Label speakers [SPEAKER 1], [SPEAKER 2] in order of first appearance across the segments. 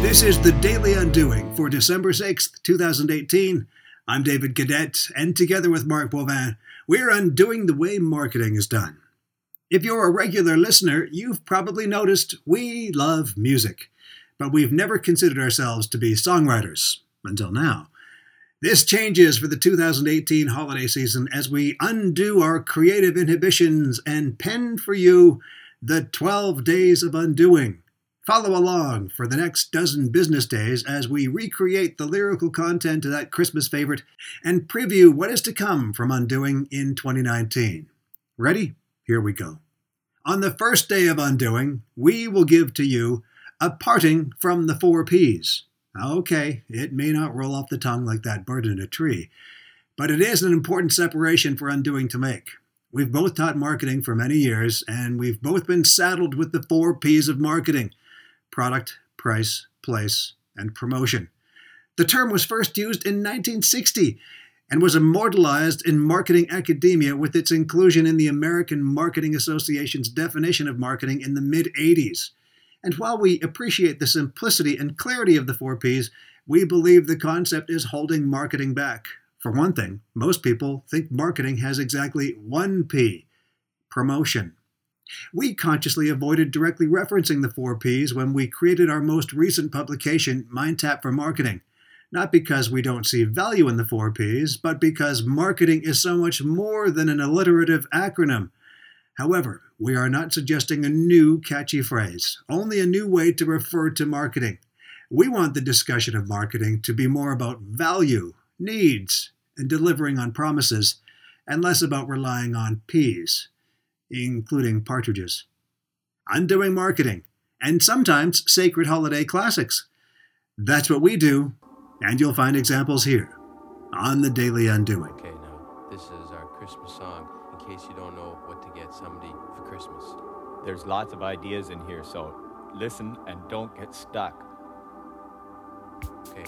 [SPEAKER 1] This is the Daily Undoing for December 6th, 2018. I'm David Cadet, and together with Mark Bovin, we're undoing the way marketing is done. If you're a regular listener, you've probably noticed we love music, but we've never considered ourselves to be songwriters until now. This changes for the 2018 holiday season as we undo our creative inhibitions and pen for you the 12 Days of Undoing. Follow along for the next dozen business days as we recreate the lyrical content of that Christmas favorite and preview what is to come from Undoing in 2019. Ready? Here we go. On the first day of Undoing, we will give to you a parting from the four P's. Okay, it may not roll off the tongue like that bird in a tree, but it is an important separation for Undoing to make. We've both taught marketing for many years, and we've both been saddled with the four P's of marketing product, price, place, and promotion. The term was first used in 1960 and was immortalized in marketing academia with its inclusion in the American Marketing Association's definition of marketing in the mid 80s. And while we appreciate the simplicity and clarity of the four P's, we believe the concept is holding marketing back. For one thing, most people think marketing has exactly one P promotion. We consciously avoided directly referencing the four P's when we created our most recent publication, Mind Tap for Marketing. Not because we don't see value in the four P's, but because marketing is so much more than an alliterative acronym. However, we are not suggesting a new catchy phrase, only a new way to refer to marketing. We want the discussion of marketing to be more about value, needs, and delivering on promises, and less about relying on P's including partridges. Undoing marketing, and sometimes sacred holiday classics. That's what we do, and you'll find examples here on the Daily Undoing.
[SPEAKER 2] Okay, now this is our Christmas song. In case you don't know what to get somebody for Christmas.
[SPEAKER 3] There's lots of ideas in here, so listen and don't get stuck.
[SPEAKER 2] Okay.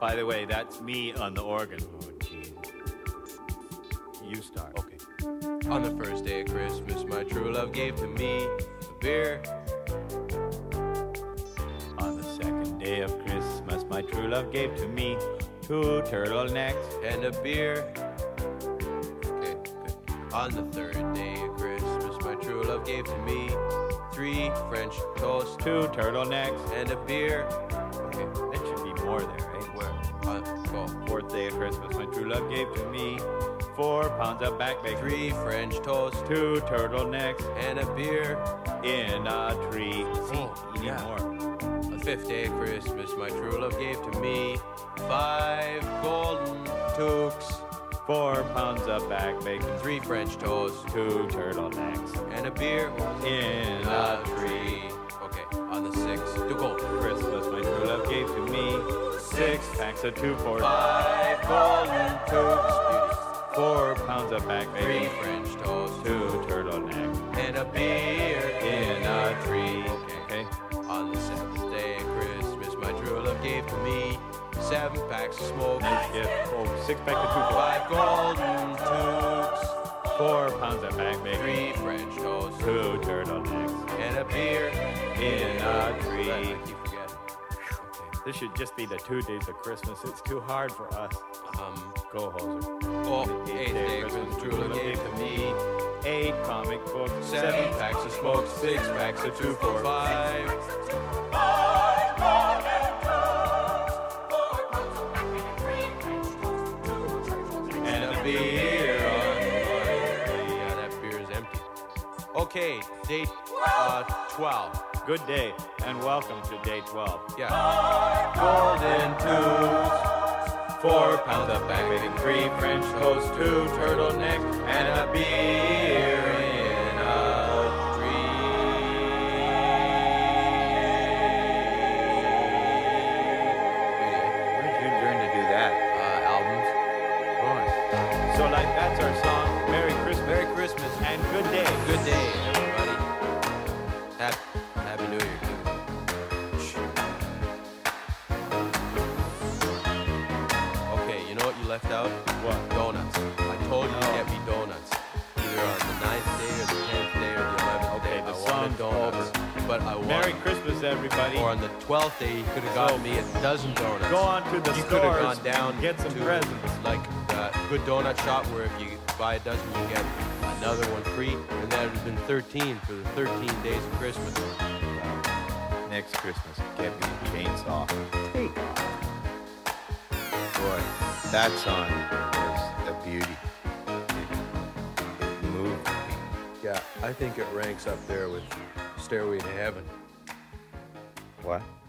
[SPEAKER 3] By the way, that's me on the organ.
[SPEAKER 2] Oh, geez.
[SPEAKER 3] You start.
[SPEAKER 2] Okay. On the first day of Christmas, my true love gave to me a beer.
[SPEAKER 3] On the second day of Christmas, my true love gave to me two turtlenecks.
[SPEAKER 2] and a beer. Okay, good. On the third day of Christmas, my true love gave to me three French toast
[SPEAKER 3] Two turtlenecks.
[SPEAKER 2] and a beer. Okay,
[SPEAKER 3] That should be more there, eh?
[SPEAKER 2] where? Uh, On go.
[SPEAKER 3] Fourth day of Christmas, my true love gave to me four pounds of back bacon.
[SPEAKER 2] Three French toast
[SPEAKER 3] Two turtlenecks
[SPEAKER 2] and a beer.
[SPEAKER 3] in a tree. See,
[SPEAKER 2] Oh,
[SPEAKER 3] you need
[SPEAKER 2] yeah.
[SPEAKER 3] more.
[SPEAKER 2] On the fifth day of Christmas, my true love gave to me five golden toques,
[SPEAKER 3] Four pounds of back bacon.
[SPEAKER 2] three French toast,
[SPEAKER 3] Two turtlenecks
[SPEAKER 2] and a beer.
[SPEAKER 3] in
[SPEAKER 2] Uh,
[SPEAKER 3] a tree.
[SPEAKER 2] three. Okay, on the sixth, to go.
[SPEAKER 3] Christmas, my true love gave to me six packs of two four,
[SPEAKER 2] Five golden toques,
[SPEAKER 3] four pounds of back
[SPEAKER 2] three
[SPEAKER 3] bacon,
[SPEAKER 2] French toast,
[SPEAKER 3] two turtlenecks
[SPEAKER 2] and a beer.
[SPEAKER 3] in a tree.
[SPEAKER 2] Okay. On the seventh day of Christmas, my true love gave to me seven packs of smoke,
[SPEAKER 3] Nice gift. Oh, six packs of
[SPEAKER 2] five golden toques,
[SPEAKER 3] two four, four pounds of back bacon,
[SPEAKER 2] three French toast,
[SPEAKER 3] two turtlenecks
[SPEAKER 2] and a beer.
[SPEAKER 3] in a
[SPEAKER 2] Right,
[SPEAKER 3] tree.
[SPEAKER 2] I keep forgetting. Okay.
[SPEAKER 3] This should just be the two days of Christmas. It's too hard for us.
[SPEAKER 2] Um,
[SPEAKER 3] Go, Hoser.
[SPEAKER 2] oh, eighth day of Christmas, true love gave to me
[SPEAKER 3] Eight comic books,
[SPEAKER 2] seven packs of smoke, six packs of two four five. and a beer on mine. Yeah, that beer is empty. Okay, date uh, 12.
[SPEAKER 3] Good day and welcome to day 12.
[SPEAKER 2] Yeah. Golden tubes. Four pounds of bacon, three French toast, two turtlenecks, and a beer in a tree.
[SPEAKER 4] Where did you learn to do that?
[SPEAKER 2] Uh, albums. Come on.
[SPEAKER 3] So, like, that's our song. Merry Christmas
[SPEAKER 2] Merry Christmas.
[SPEAKER 3] and good day.
[SPEAKER 2] Good day, everybody. Happy, Happy New Year, too. Shh. Okay, you know what you left out?
[SPEAKER 3] What?
[SPEAKER 2] Donuts. I told you to
[SPEAKER 3] No.
[SPEAKER 2] get me donuts. Either on the ninth day or the tenth day or the eleventh
[SPEAKER 3] Okay,
[SPEAKER 2] day.
[SPEAKER 3] the
[SPEAKER 2] I wanted
[SPEAKER 3] song's
[SPEAKER 2] donuts.
[SPEAKER 3] over.
[SPEAKER 2] but I won.
[SPEAKER 3] Merry Christmas, everybody.
[SPEAKER 2] Or on the 12th day, he could have gotten
[SPEAKER 3] So-
[SPEAKER 2] me a dozen donuts.
[SPEAKER 3] Go on to the
[SPEAKER 2] you could
[SPEAKER 3] stores.
[SPEAKER 2] have gone down
[SPEAKER 3] Get some
[SPEAKER 2] to,
[SPEAKER 3] presents.
[SPEAKER 2] like uh, good donut shop where if you buy a dozen you get another one free and that would have been 13 for the 13 days of christmas
[SPEAKER 3] Next Christmas, get me a chainsaw. Boy, that song was a beauty. It, it moved me.
[SPEAKER 2] yeah i think it ranks up there with stairway to heaven
[SPEAKER 3] What?